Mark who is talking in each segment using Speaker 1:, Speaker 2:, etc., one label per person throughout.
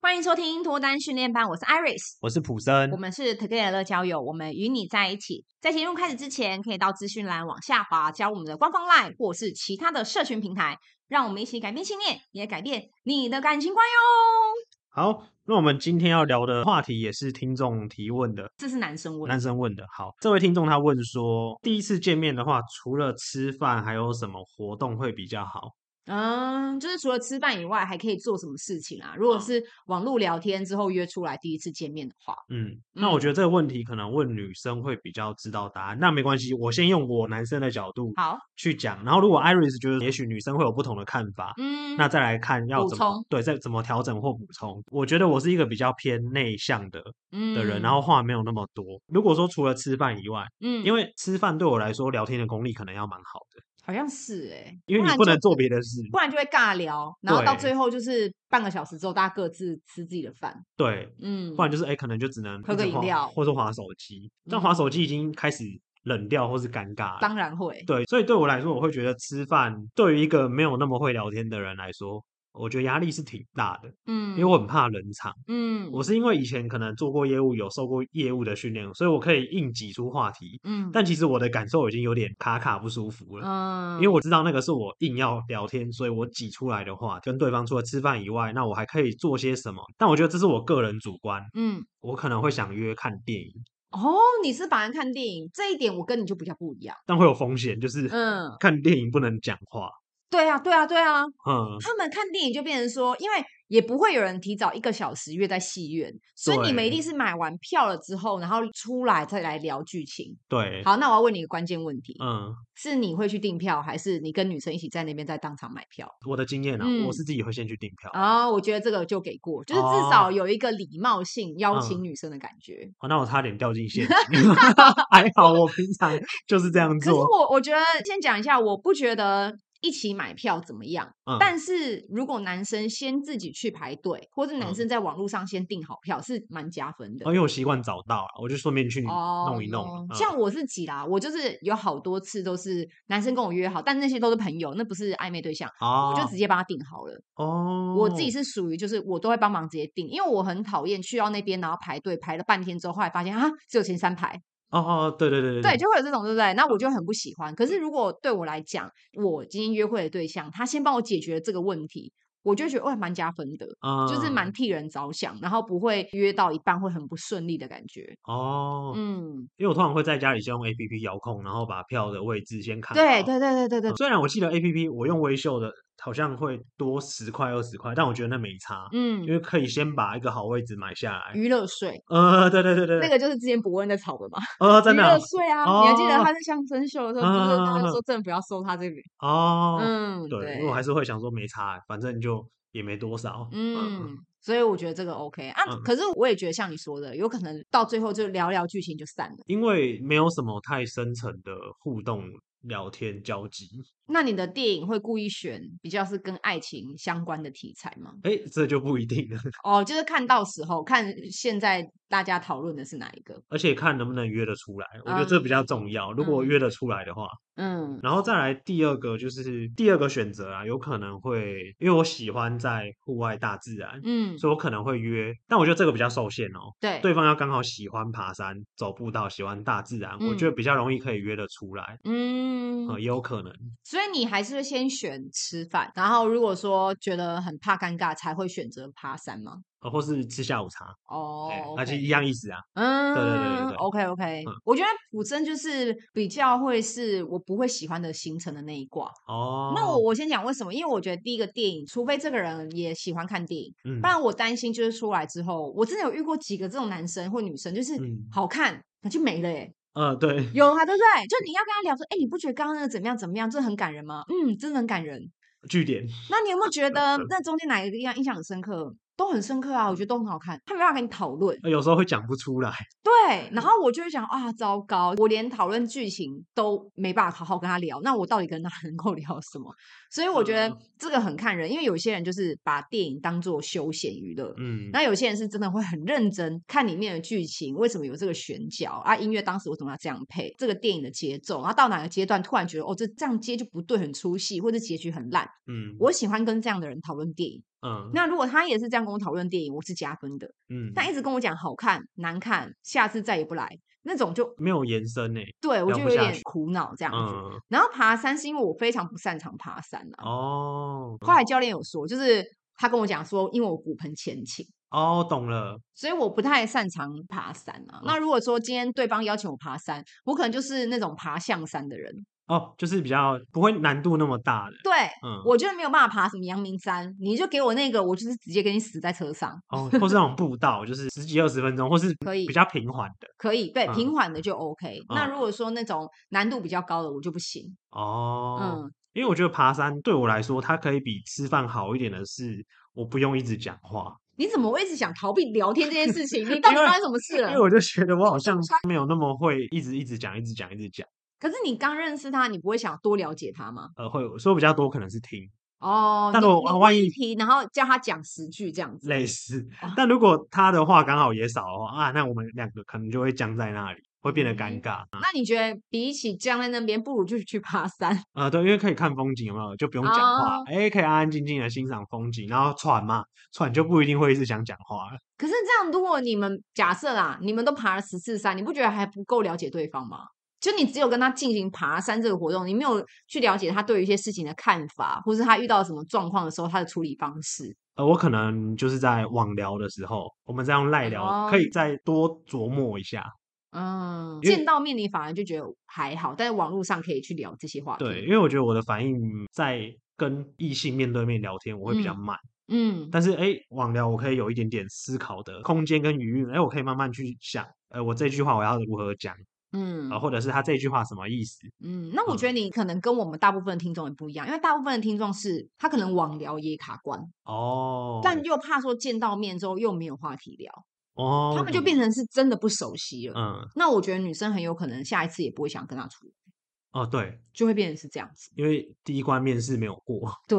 Speaker 1: 欢迎收听脱单训练班，我是 Iris，
Speaker 2: 我是普森
Speaker 1: 我。们是 Together 交友，我们与你在一起。在节目开始之前，可以到资讯栏往下滑，加入我们的官方 LINE 或是其他的社群平台，让我们一起改变信念，也改变你的感情观哟。
Speaker 2: 好，那我们今天要聊的话题也是听众提问的，
Speaker 1: 这是男生问
Speaker 2: 男生问的。好，这位听众他问说，第一次见面的话，除了吃饭，还有什么活动会比较好？
Speaker 1: 嗯，就是除了吃饭以外，还可以做什么事情啊？
Speaker 2: 嗯
Speaker 1: 如果是网络聊天之后约出来第一次见面的话，
Speaker 2: 嗯，那我觉得这个问题可能问女生会比较知道答案。那没关系，我先用我男生的角度
Speaker 1: 好，
Speaker 2: 去讲，然后如果 Iris 觉得也许女生会有不同的看法，
Speaker 1: 嗯，
Speaker 2: 那再来看要
Speaker 1: 补
Speaker 2: 怎么
Speaker 1: 充
Speaker 2: 对，再怎么调整或补充。我觉得我是一个比较偏内向的的人，
Speaker 1: 嗯
Speaker 2: 然后话没有那么多。如果说除了吃饭以外，
Speaker 1: 嗯，
Speaker 2: 因为吃饭对我来说，聊天的功力可能要蛮好的，
Speaker 1: 好像是哎，
Speaker 2: 因为你
Speaker 1: 然
Speaker 2: 不
Speaker 1: 就
Speaker 2: 能做别的事。
Speaker 1: 不然就会尬聊，然后到
Speaker 2: 对
Speaker 1: 最后就是半个小时之后，大家各自吃自己的饭。
Speaker 2: 对，
Speaker 1: 嗯，
Speaker 2: 不然就是哎、可能就只能
Speaker 1: 喝
Speaker 2: 一直
Speaker 1: 个饮
Speaker 2: 滑
Speaker 1: 料嗯
Speaker 2: 或是划手机。但划手机已经开始冷掉或是尴尬了。
Speaker 1: 当然会。
Speaker 2: 对，所以对我来说，我会觉得吃饭对于一个没有那么会聊天的人来说，我觉得压力是挺大的，
Speaker 1: 嗯，
Speaker 2: 因为我很怕冷场。
Speaker 1: 嗯
Speaker 2: 我是因为以前可能做过业务，有受过业务的训练，所以我可以硬挤出话题。
Speaker 1: 嗯，
Speaker 2: 但其实我的感受已经有点卡卡不舒服了。
Speaker 1: 嗯，
Speaker 2: 因为我知道那个是我硬要聊天，所以我挤出来的话，跟对方除了吃饭以外，那我还可以做些什么？但我觉得这是我个人主观，
Speaker 1: 嗯
Speaker 2: 我可能会想约看电影，
Speaker 1: 哦，你是把人看电影这一点，我跟你就比较不一样。
Speaker 2: 但会有风险，就是
Speaker 1: 嗯，
Speaker 2: 看电影不能讲话。
Speaker 1: 对啊，对啊，对啊。
Speaker 2: 嗯，
Speaker 1: 他们看电影就变成说，因为也不会有人提早一个小时约在戏院，所以你们一
Speaker 2: 对
Speaker 1: 定是买完票了之后，然后出来再来聊剧情。
Speaker 2: 对，
Speaker 1: 好，那我要问你一个关键问题：
Speaker 2: 嗯，
Speaker 1: 是你会去订票，还是你跟女生一起在那边在当场买票？
Speaker 2: 我的经验啊，
Speaker 1: 嗯
Speaker 2: 我是自己会先去订票。
Speaker 1: 啊、我觉得这个就给过，就是至
Speaker 2: 哦
Speaker 1: 少有一个礼貌性邀请
Speaker 2: 嗯
Speaker 1: 女生的感觉。
Speaker 2: 哦那我差点掉进陷阱， 还好我平常就是这样
Speaker 1: 可是
Speaker 2: 做。
Speaker 1: 我我觉得先讲一下，我不觉得一起买票怎么样。
Speaker 2: 嗯，
Speaker 1: 但是如果男生先自己去排队，或者男
Speaker 2: 嗯
Speaker 1: 生在网络上先订好票，是蛮加分的
Speaker 2: 哦因。为我习惯早到啊，我就顺便去弄一弄。
Speaker 1: 哦
Speaker 2: 嗯
Speaker 1: 像我自己啦，我就是有好多次都是男生跟我约好，但那些都是朋友，那不是暧昧对象，
Speaker 2: 哦，
Speaker 1: 我就直接帮他订好了。
Speaker 2: 哦，
Speaker 1: 我自己是属于就是我都会帮忙直接订，因为我很讨厌去到那边然后排队排了半天之后，后来发现啊只有前三排，
Speaker 2: 哦哦，对对对嗯
Speaker 1: 对，
Speaker 2: 对，
Speaker 1: 就会有这种，对不对？那我就很不喜欢。可是如果对我来讲，我今天约会的对象，他先帮我解决了这个问题，我就觉得哇，蛮加分的，就是
Speaker 2: 嗯
Speaker 1: 蛮替人着想，然后不会约到一半会很不顺利的感觉。
Speaker 2: 哦，
Speaker 1: 嗯，
Speaker 2: 因为我通常会在家里先用 A P P 遥控，然后把票的位置先看
Speaker 1: 对
Speaker 2: 啊好
Speaker 1: 对对对对对
Speaker 2: 嗯，虽然我记得 A P P 我用微秀的好像会多十块二十块，但我觉得那没差，因
Speaker 1: 嗯，
Speaker 2: 为可以先把一个好位置买下来。
Speaker 1: 娱乐税
Speaker 2: 呃，对对对对，
Speaker 1: 那个就是之前伯恩在吵的嘛，
Speaker 2: 呃，真
Speaker 1: 娱
Speaker 2: 的
Speaker 1: 乐
Speaker 2: 啊
Speaker 1: 税啊，你还记得
Speaker 2: 哦
Speaker 1: 他在相声秀的时候，不是他
Speaker 2: 嗯嗯嗯
Speaker 1: 就
Speaker 2: 嗯
Speaker 1: 说政府要收他这个，
Speaker 2: 哦，
Speaker 1: 嗯，
Speaker 2: 对，因
Speaker 1: 对
Speaker 2: 为我，还是会想说没差，欸反正就也没多少。
Speaker 1: 嗯。所以我觉得这个 OK 啊，
Speaker 2: 嗯
Speaker 1: 可是我也觉得像你说的，有可能到最后就聊聊剧情就散了。
Speaker 2: 因为没有什么太深层的互动、聊天、交集，
Speaker 1: 那你的电影会故意选比较是跟爱情相关的题材吗？
Speaker 2: 哎，这就不一定了，
Speaker 1: 哦，就是看到时候看现在大家讨论的是哪一个。
Speaker 2: 而且看能不能约得出来，我觉得这比较重要。如果
Speaker 1: 嗯
Speaker 2: 约得出来的话，
Speaker 1: 嗯
Speaker 2: 然后再来第二个就是第二个选择啊，有可能会因为我喜欢在户外大自然，
Speaker 1: 嗯，
Speaker 2: 所以我可能会约，但我觉得这个比较受限哦。
Speaker 1: 对
Speaker 2: 对方要刚好喜欢爬山、走步道、喜欢大自然，我觉得比较容易可以约得出来，
Speaker 1: 嗯，
Speaker 2: 呃，也有可能。
Speaker 1: 所以你还是会先选吃饭，然后如果说觉得很怕尴尬，才会选择爬山吗？
Speaker 2: 呃，或是吃下午茶，哎
Speaker 1: 哦，
Speaker 2: 那就
Speaker 1: OK
Speaker 2: 一样意思啊。
Speaker 1: 嗯，
Speaker 2: 对对对对对
Speaker 1: OK OK，、
Speaker 2: 嗯
Speaker 1: 我觉得古筝就是比较会是我不会喜欢的行程的那一挂。
Speaker 2: 哦，
Speaker 1: 那我我先讲为什么，因为我觉得第一个电影，除非这个人也喜欢看电影，
Speaker 2: 嗯
Speaker 1: 不然我担心就是出来之后，我真的有遇过几个这种男生或女生，就是
Speaker 2: 嗯
Speaker 1: 好看。那就没了耶、
Speaker 2: 呃，对，
Speaker 1: 有啊，对不对？就你要跟他聊说，哎、你不觉得刚刚那个怎么样怎么样，这很感人吗？嗯，真的很感人。
Speaker 2: 据点
Speaker 1: 那你有没有 觉得那中间哪一个地方印象很深刻？都很深刻啊，我觉得都很好看。他没办法跟你讨论，
Speaker 2: 呃有时候会讲不出来。
Speaker 1: 对。
Speaker 2: 嗯
Speaker 1: 然后我就会想啊，糟糕，我连讨论剧情都没办法好好跟他聊，那我到底跟他能够聊什么？所以我觉得
Speaker 2: 嗯
Speaker 1: 这个很看人，因为有些人就是把电影当做休闲娱乐，
Speaker 2: 嗯，
Speaker 1: 那有些人是真的会很认真看里面的剧情，为什么有这个选角啊？音乐当时为什么要这样配？这个电影的节奏，然后到哪个阶段突然觉得哦，这这样接就不对，很出戏，或者结局很烂。
Speaker 2: 嗯，
Speaker 1: 我喜欢跟这样的人讨论电影，
Speaker 2: 嗯，
Speaker 1: 那如果他也是这样跟我讨论电影，我是加分的。
Speaker 2: 嗯，
Speaker 1: 但一直跟我讲好看、难看，下次再也不来那种就，
Speaker 2: 没有延伸呢、
Speaker 1: 对我
Speaker 2: 聊
Speaker 1: 就
Speaker 2: 不
Speaker 1: 有
Speaker 2: 下
Speaker 1: 点
Speaker 2: 去
Speaker 1: 苦恼这样子。
Speaker 2: 嗯，
Speaker 1: 然后爬山是因为我非常不擅长爬山啊。
Speaker 2: 哦，
Speaker 1: 后来教练有说，就是他跟我讲说，因为我骨盆前倾，
Speaker 2: 哦，懂了，
Speaker 1: 所以我不太擅长爬山啊。
Speaker 2: 嗯
Speaker 1: 那如果说今天对方邀请我爬山，我可能就是那种爬象山的人，
Speaker 2: 哦，就是比较不会难度那么大的，
Speaker 1: 对。
Speaker 2: 嗯，
Speaker 1: 我就是没有办法爬什么阳明山，你就给我那个，我就是直接给你死在车上，
Speaker 2: 哦，或是那种步道，就是十几二十分钟，或是
Speaker 1: 可以
Speaker 2: 比较平缓的，
Speaker 1: 可以对平
Speaker 2: 嗯
Speaker 1: 缓的就 OK、那
Speaker 2: 嗯
Speaker 1: 如果说那种难度比较高的，我就不行。
Speaker 2: 哦，
Speaker 1: 嗯，
Speaker 2: 因为我觉得爬山对我来说，它可以比吃饭好一点的是，我不用一直讲话，
Speaker 1: 你怎么会一直想逃避聊天这件事情？ 你到底
Speaker 2: 因为
Speaker 1: 发生什么事
Speaker 2: 因
Speaker 1: 了
Speaker 2: 为？我就 觉得我好像没有那么会一直一直讲，一直讲，一直讲，
Speaker 1: 可是你刚认识他，你不会想多了解他吗？
Speaker 2: 呃，会，所以我比较多可能是听
Speaker 1: 哦，
Speaker 2: 但
Speaker 1: 你
Speaker 2: 我
Speaker 1: 你
Speaker 2: 万
Speaker 1: 问
Speaker 2: 一
Speaker 1: 一题，然后叫他讲十句这样子。
Speaker 2: 类似
Speaker 1: 哦，
Speaker 2: 但如果他的话刚好也少的话啊，那我们两个可能就会僵在那里，会变得
Speaker 1: 嗯
Speaker 2: 尴尬啊、
Speaker 1: 那你觉得比起僵在那边，不如就去爬山？
Speaker 2: 呃对，因为可以看风景，有没有就不用讲话
Speaker 1: 哦，
Speaker 2: 哎、可以安安静静的欣赏风景，然后喘嘛，喘就不一定会一直想讲话了。
Speaker 1: 可是这样，如果你们假设啦，你们都爬了十次山，你不觉得还不够了解对方吗？就你只有跟他进行爬山这个活动，你没有去了解他对于一些事情的看法，或是他遇到什么状况的时候他的处理方式。
Speaker 2: 呃，我可能就是在网聊的时候，我们再用赖聊，可
Speaker 1: 哦
Speaker 2: 以再多琢磨一下。
Speaker 1: 嗯，
Speaker 2: 因为
Speaker 1: 见到面你反而就觉得还好，但是网络上可以去聊这些话题。
Speaker 2: 对，因，为我觉得我的反应在跟异性面对面聊天，我会比较
Speaker 1: 嗯
Speaker 2: 慢。
Speaker 1: 嗯，
Speaker 2: 但是哎、诶网聊我可以有一点点思考的空间跟余韵，哎、我可以慢慢去想，呃，我这句话我要如何讲
Speaker 1: 嗯
Speaker 2: 啊、呃或者是他这句话什么意思？
Speaker 1: 嗯，那我觉得你可能跟我们大部分的听众也不一样，因为大部分的听众是他可能网聊也卡关，
Speaker 2: 哦，
Speaker 1: 但又怕说见到面之后又没有话题聊，
Speaker 2: 哦，
Speaker 1: 他们就
Speaker 2: 懂
Speaker 1: 变成是真的不熟悉了。
Speaker 2: 嗯
Speaker 1: 那我觉得女生很有可能下一次也不会想跟他出，
Speaker 2: 哦对，
Speaker 1: 就会变成是这样子。
Speaker 2: 因为第一关面试没有过，
Speaker 1: 对，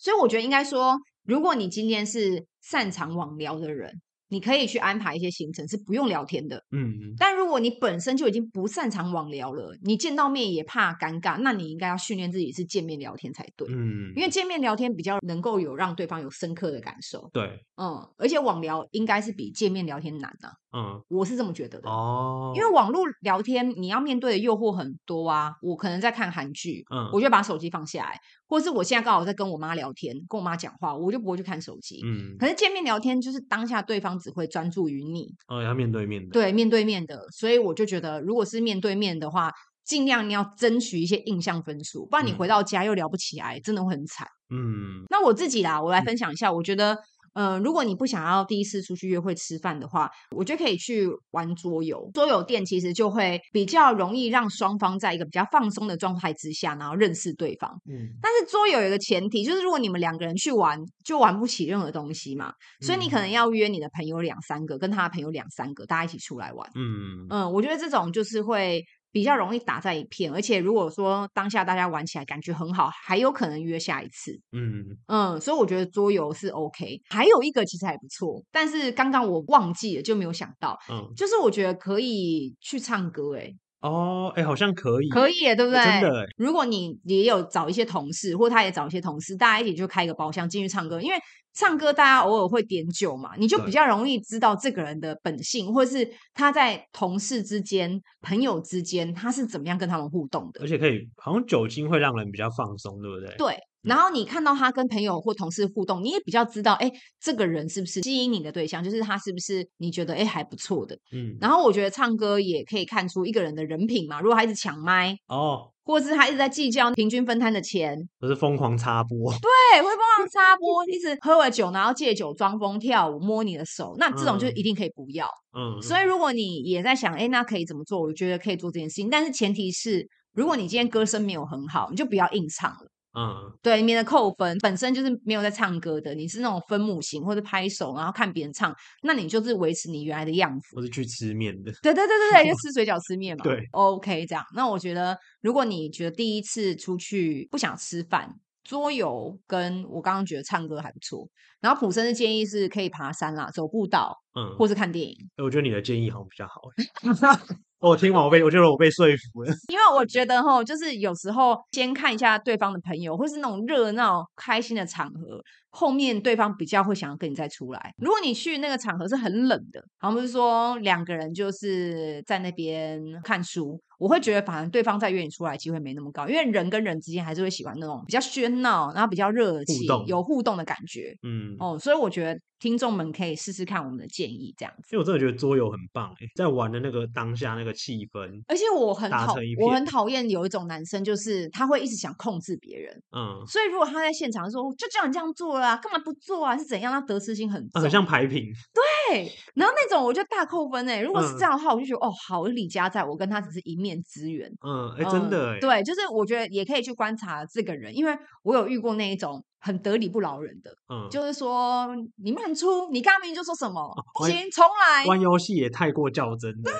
Speaker 1: 所以我觉得应该说，如果你今天是擅长网聊的人，你可以去安排一些行程是不用聊天的。
Speaker 2: 嗯，
Speaker 1: 但如果你本身就已经不擅长网聊了，你见到面也怕尴尬，那你应该要训练自己是见面聊天才对。
Speaker 2: 嗯，
Speaker 1: 因为见面聊天比较能够有让对方有深刻的感受，
Speaker 2: 对，
Speaker 1: 嗯，而且网聊应该是比见面聊天难啊，
Speaker 2: 嗯，
Speaker 1: 我是这么觉得的。
Speaker 2: 哦，
Speaker 1: 因为网络聊天，你要面对的诱惑很多啊。我可能在看韩剧，
Speaker 2: 嗯
Speaker 1: 我就把手机放下来，或是我现在刚好在跟我妈聊天，跟我妈讲话，我就不会去看手机。
Speaker 2: 嗯，
Speaker 1: 可是见面聊天，就是当下对方只会专注于你，
Speaker 2: 哦要面对面的，
Speaker 1: 对面对面的，所以我就觉得，如果是面对面的话，尽量你要争取一些印象分数，不然你
Speaker 2: 嗯
Speaker 1: 回到家又聊不起来，真的会很惨。
Speaker 2: 嗯
Speaker 1: 那我自己啦，我来分享一下，我觉得，呃，如果你不想要第一次出去约会吃饭的话，我觉得可以去玩桌游。桌游店其实就会比较容易让双方在一个比较放松的状态之下，然后认识对方。
Speaker 2: 嗯，
Speaker 1: 但是桌游有一个前提，就是如果你们两个人去玩，就玩不起任何东西嘛，所以你可能
Speaker 2: 嗯
Speaker 1: 要约你的朋友两三个，跟他的朋友两三个，大家一起出来玩。
Speaker 2: 嗯
Speaker 1: 嗯，我觉得这种就是会比较容易打在一片，而且如果说当下大家玩起来感觉很好，还有可能约下一次。
Speaker 2: 嗯
Speaker 1: 嗯，所以我觉得桌游是 OK，还有一个其实还不错，但是刚刚我忘记了，就没有想到，
Speaker 2: 嗯，
Speaker 1: 就是我觉得可以去唱歌、欸，
Speaker 2: 哦，哎，好像可以，
Speaker 1: 可以、欸，对不对？
Speaker 2: 真的欸
Speaker 1: 如果你也有找一些同事，或他也找一些同事，大家一起就开一个包厢进去唱歌，因为唱歌大家偶尔会点酒嘛，你就比
Speaker 2: 对
Speaker 1: 较容易知道这个人的本性，或是他在同事之间、朋友之间他是怎么样跟他们互动的
Speaker 2: 而。且可以，好像酒精会让人比较放松，对不对？
Speaker 1: 对，
Speaker 2: 嗯
Speaker 1: 然后你看到他跟朋友或同事互动，你也比较知道，哎，这个人是不是吸引你的对象，就是他是不是你觉得哎还不错的。
Speaker 2: 嗯，
Speaker 1: 然后我觉得唱歌也可以看出一个人的人品嘛，如果他一直抢麦，
Speaker 2: 哦，
Speaker 1: 或是他一直在计较平均分摊的钱，
Speaker 2: 就是疯狂插播，
Speaker 1: 对，会帮 忙插播，一直喝了酒，然后借酒装疯跳舞，摸你的手，那这种就
Speaker 2: 嗯
Speaker 1: 一定可以不要。
Speaker 2: 嗯，
Speaker 1: 所以如果你也在想，哎，那可以怎么做？我觉得可以做这件事情，但是前提是，如果你今天歌声没有很好，你就不要硬唱了。
Speaker 2: 嗯
Speaker 1: 对，免得扣分。本身就是没有在唱歌的，你是那种分母型或者拍手，然后看别人唱，那你就是维持你原来的样子。
Speaker 2: 我是去吃面的，
Speaker 1: 对对对对对，就吃水饺吃面嘛。
Speaker 2: 对
Speaker 1: ，OK，这样。那我觉得，如果你觉得第一次出去不想吃饭，桌游跟我刚刚觉得唱歌还不错。然后普生的建议是可以爬山啦，走步道，
Speaker 2: 嗯，
Speaker 1: 或是看电影。
Speaker 2: 我觉得你的建议好像比较好欸。 我听完我被我觉得我被说服了。
Speaker 1: 因为我觉得哈，就是有时候先看一下对方的朋友，或是那种热闹开心的场合，后面对方比较会想要跟你再出来。如果你去那个场合是很冷的，好像不是说两个人就是在那边看书，我会觉得反而对方再约你出来机会没那么高，因为人跟人之间还是会喜欢那种比较喧闹，然后比较热情
Speaker 2: 动、
Speaker 1: 有互动的感觉。
Speaker 2: 嗯，
Speaker 1: 哦，所以我觉得听众们可以试试看我们的建议，这样子。
Speaker 2: 因为我真的觉得桌游很棒欸，在玩的那个当下那个气氛，
Speaker 1: 而且我很
Speaker 2: 打
Speaker 1: 讨
Speaker 2: 成一，
Speaker 1: 我
Speaker 2: 片
Speaker 1: 很讨厌有一种男生，就是他会一直想控制别人。
Speaker 2: 嗯，
Speaker 1: 所以如果他在现场说，哦就叫你这样做啦、干嘛不做啊？是怎样？他得失心很
Speaker 2: 啊
Speaker 1: 重，
Speaker 2: 很像牌品。
Speaker 1: 对。然后那种我就大扣分哎、如果是
Speaker 2: 嗯
Speaker 1: 这样的话，我就觉得哦，好李佳在，我跟他只是一面之缘。
Speaker 2: 嗯，哎，真
Speaker 1: 嗯
Speaker 2: 的哎，
Speaker 1: 对，就是我觉得也可以去观察这个人，因为我有遇过那一种很得理不饶人的，
Speaker 2: 嗯，
Speaker 1: 就是说你慢出，你刚刚明明就说什么不
Speaker 2: 玩
Speaker 1: 行，重来，
Speaker 2: 玩游戏也太过较真了欸。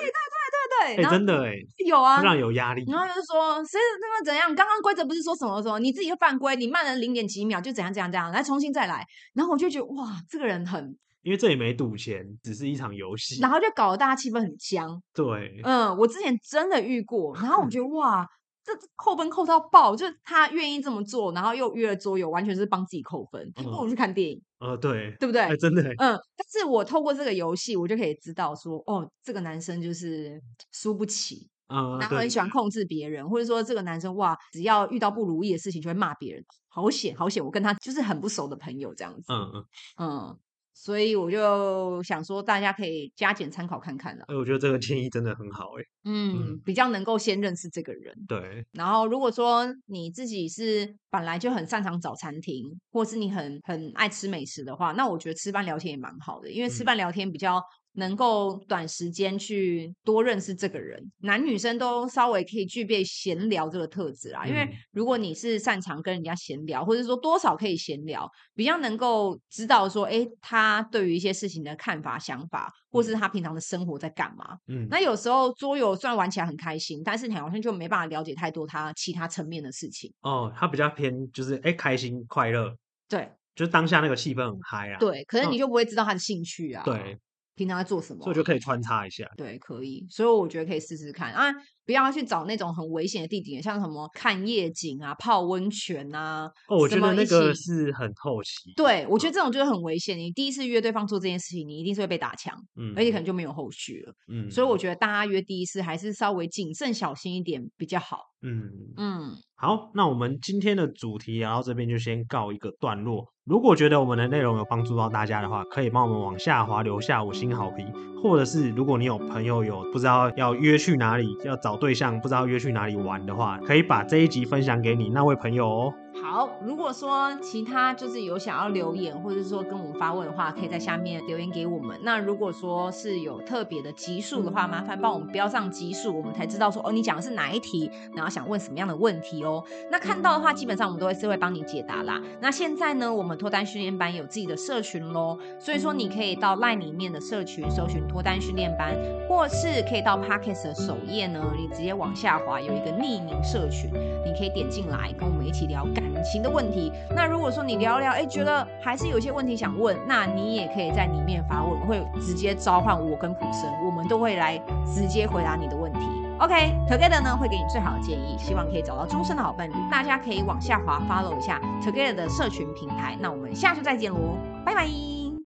Speaker 1: 对，
Speaker 2: 哎，
Speaker 1: 然后
Speaker 2: 真的哎，
Speaker 1: 有啊，
Speaker 2: 会让人有压力。
Speaker 1: 然后他就说谁那么怎样？刚刚规则不是说什么什么？你自己就犯规，你慢了零点几秒就怎样怎样怎样，来重新再来。然后我就觉得哇，这个人很，
Speaker 2: 因为这也没赌钱，只是一场游戏。
Speaker 1: 然后就搞得大家气氛很僵。
Speaker 2: 对，嗯
Speaker 1: 嗯，我之前真的遇过，然后我觉得哇，这扣分扣到爆，就是他愿意这么做，然后又约了桌游，完全是帮自己扣分，还不如去看电影，
Speaker 2: 呃，对，
Speaker 1: 对不对？
Speaker 2: 哎，真的欸，
Speaker 1: 嗯，但是我透过这个游戏，我就可以知道说，哦，这个男生就是输不起，
Speaker 2: 嗯，
Speaker 1: 然后
Speaker 2: 对
Speaker 1: 很喜欢控制别人，或者说这个男生哇，只要遇到不如意的事情就会骂别人，好险好险！我跟他就是很不熟的朋友这样子，
Speaker 2: 嗯嗯，
Speaker 1: 嗯，所以我就想说大家可以加减参考看看了，
Speaker 2: 哎，我觉得这个建议真的很好，哎，
Speaker 1: 嗯，比较能够先认识这个人。
Speaker 2: 对，
Speaker 1: 然后如果说你自己是本来就很擅长找餐厅，或是你很很爱吃美食的话，那我觉得吃饭聊天也蛮好的，因为吃
Speaker 2: 嗯
Speaker 1: 饭聊天比较能够短时间去多认识这个人，男女生都稍微可以具备闲聊这个特质啦。因为
Speaker 2: 嗯
Speaker 1: 如果你是擅长跟人家闲聊，或者说多少可以闲聊，比较能够知道说，诶，他对于一些事情的看法、想法，或是他平常的生活在干嘛。
Speaker 2: 嗯，
Speaker 1: 那有时候桌游虽然玩起来很开心，但是你好像就没办法了解太多它其他层面的事情。
Speaker 2: 哦，他比较偏就是哎，开心快乐，
Speaker 1: 对
Speaker 2: 就是当下那个气氛很嗨啊。，
Speaker 1: 对，可是你
Speaker 2: 嗯
Speaker 1: 就不会知道他的兴趣啊，
Speaker 2: 对，
Speaker 1: 平常在做什么
Speaker 2: 所
Speaker 1: 啊、
Speaker 2: 以我就可以穿插一下。
Speaker 1: 对，可以，所以我觉得可以试试看啊，不要去找那种很危险的地点，像什么看夜景啊、泡温泉啊。
Speaker 2: 哦，我
Speaker 1: 什
Speaker 2: 觉得
Speaker 1: 么
Speaker 2: 那
Speaker 1: 一
Speaker 2: 个
Speaker 1: 起
Speaker 2: 是很后期，
Speaker 1: 对，我觉
Speaker 2: 嗯
Speaker 1: 得这种就是很危险。你第一次约对方做这件事情，你一定是会被打枪，
Speaker 2: 嗯，
Speaker 1: 而且可能就没有后续了。
Speaker 2: 嗯，
Speaker 1: 所以我觉得大家约第一次还是稍微谨慎小心一点比较好。
Speaker 2: 嗯，
Speaker 1: 嗯，
Speaker 2: 好，那我们今天的主题啊聊到这边就先告一个段落。如果觉得我们的内容有帮助到大家的话，可以帮我们往下滑留下五星好评，或者是如果你有朋友有不知道要约去哪里，要找对象不知道约去哪里玩的话，可以把这一集分享给你那位朋友哦。
Speaker 1: 好，如果说其他就是有想要留言，或者是说跟我们发问的话，可以在下面留言给我们。那如果说是有特别的集数的话，麻烦帮我们标上集数，我们才知道说哦，你讲的是哪一题，然后想问什么样的问题哦。那看到的话，基本上我们都会是会帮你解答啦。那现在呢，我们脱单训练班有自己的社群喽，所以说你可以到 LINE 里面的社群搜寻脱单训练班，或是可以到 Pockets 的首页呢，你直接往下滑有一个匿名社群，你可以点进来跟我们一起聊感情的问题。那如果说你聊一聊，哎，觉得还是有一些问题想问，那你也可以在里面发问，我会直接召唤我跟普生，我们都会来直接回答你的问题。OK，Together、呢会给你最好的建议，希望可以找到终身的好伴侣。大家可以往下滑 follow 一下 Together 的社群平台。那我们下周再见喽，拜拜。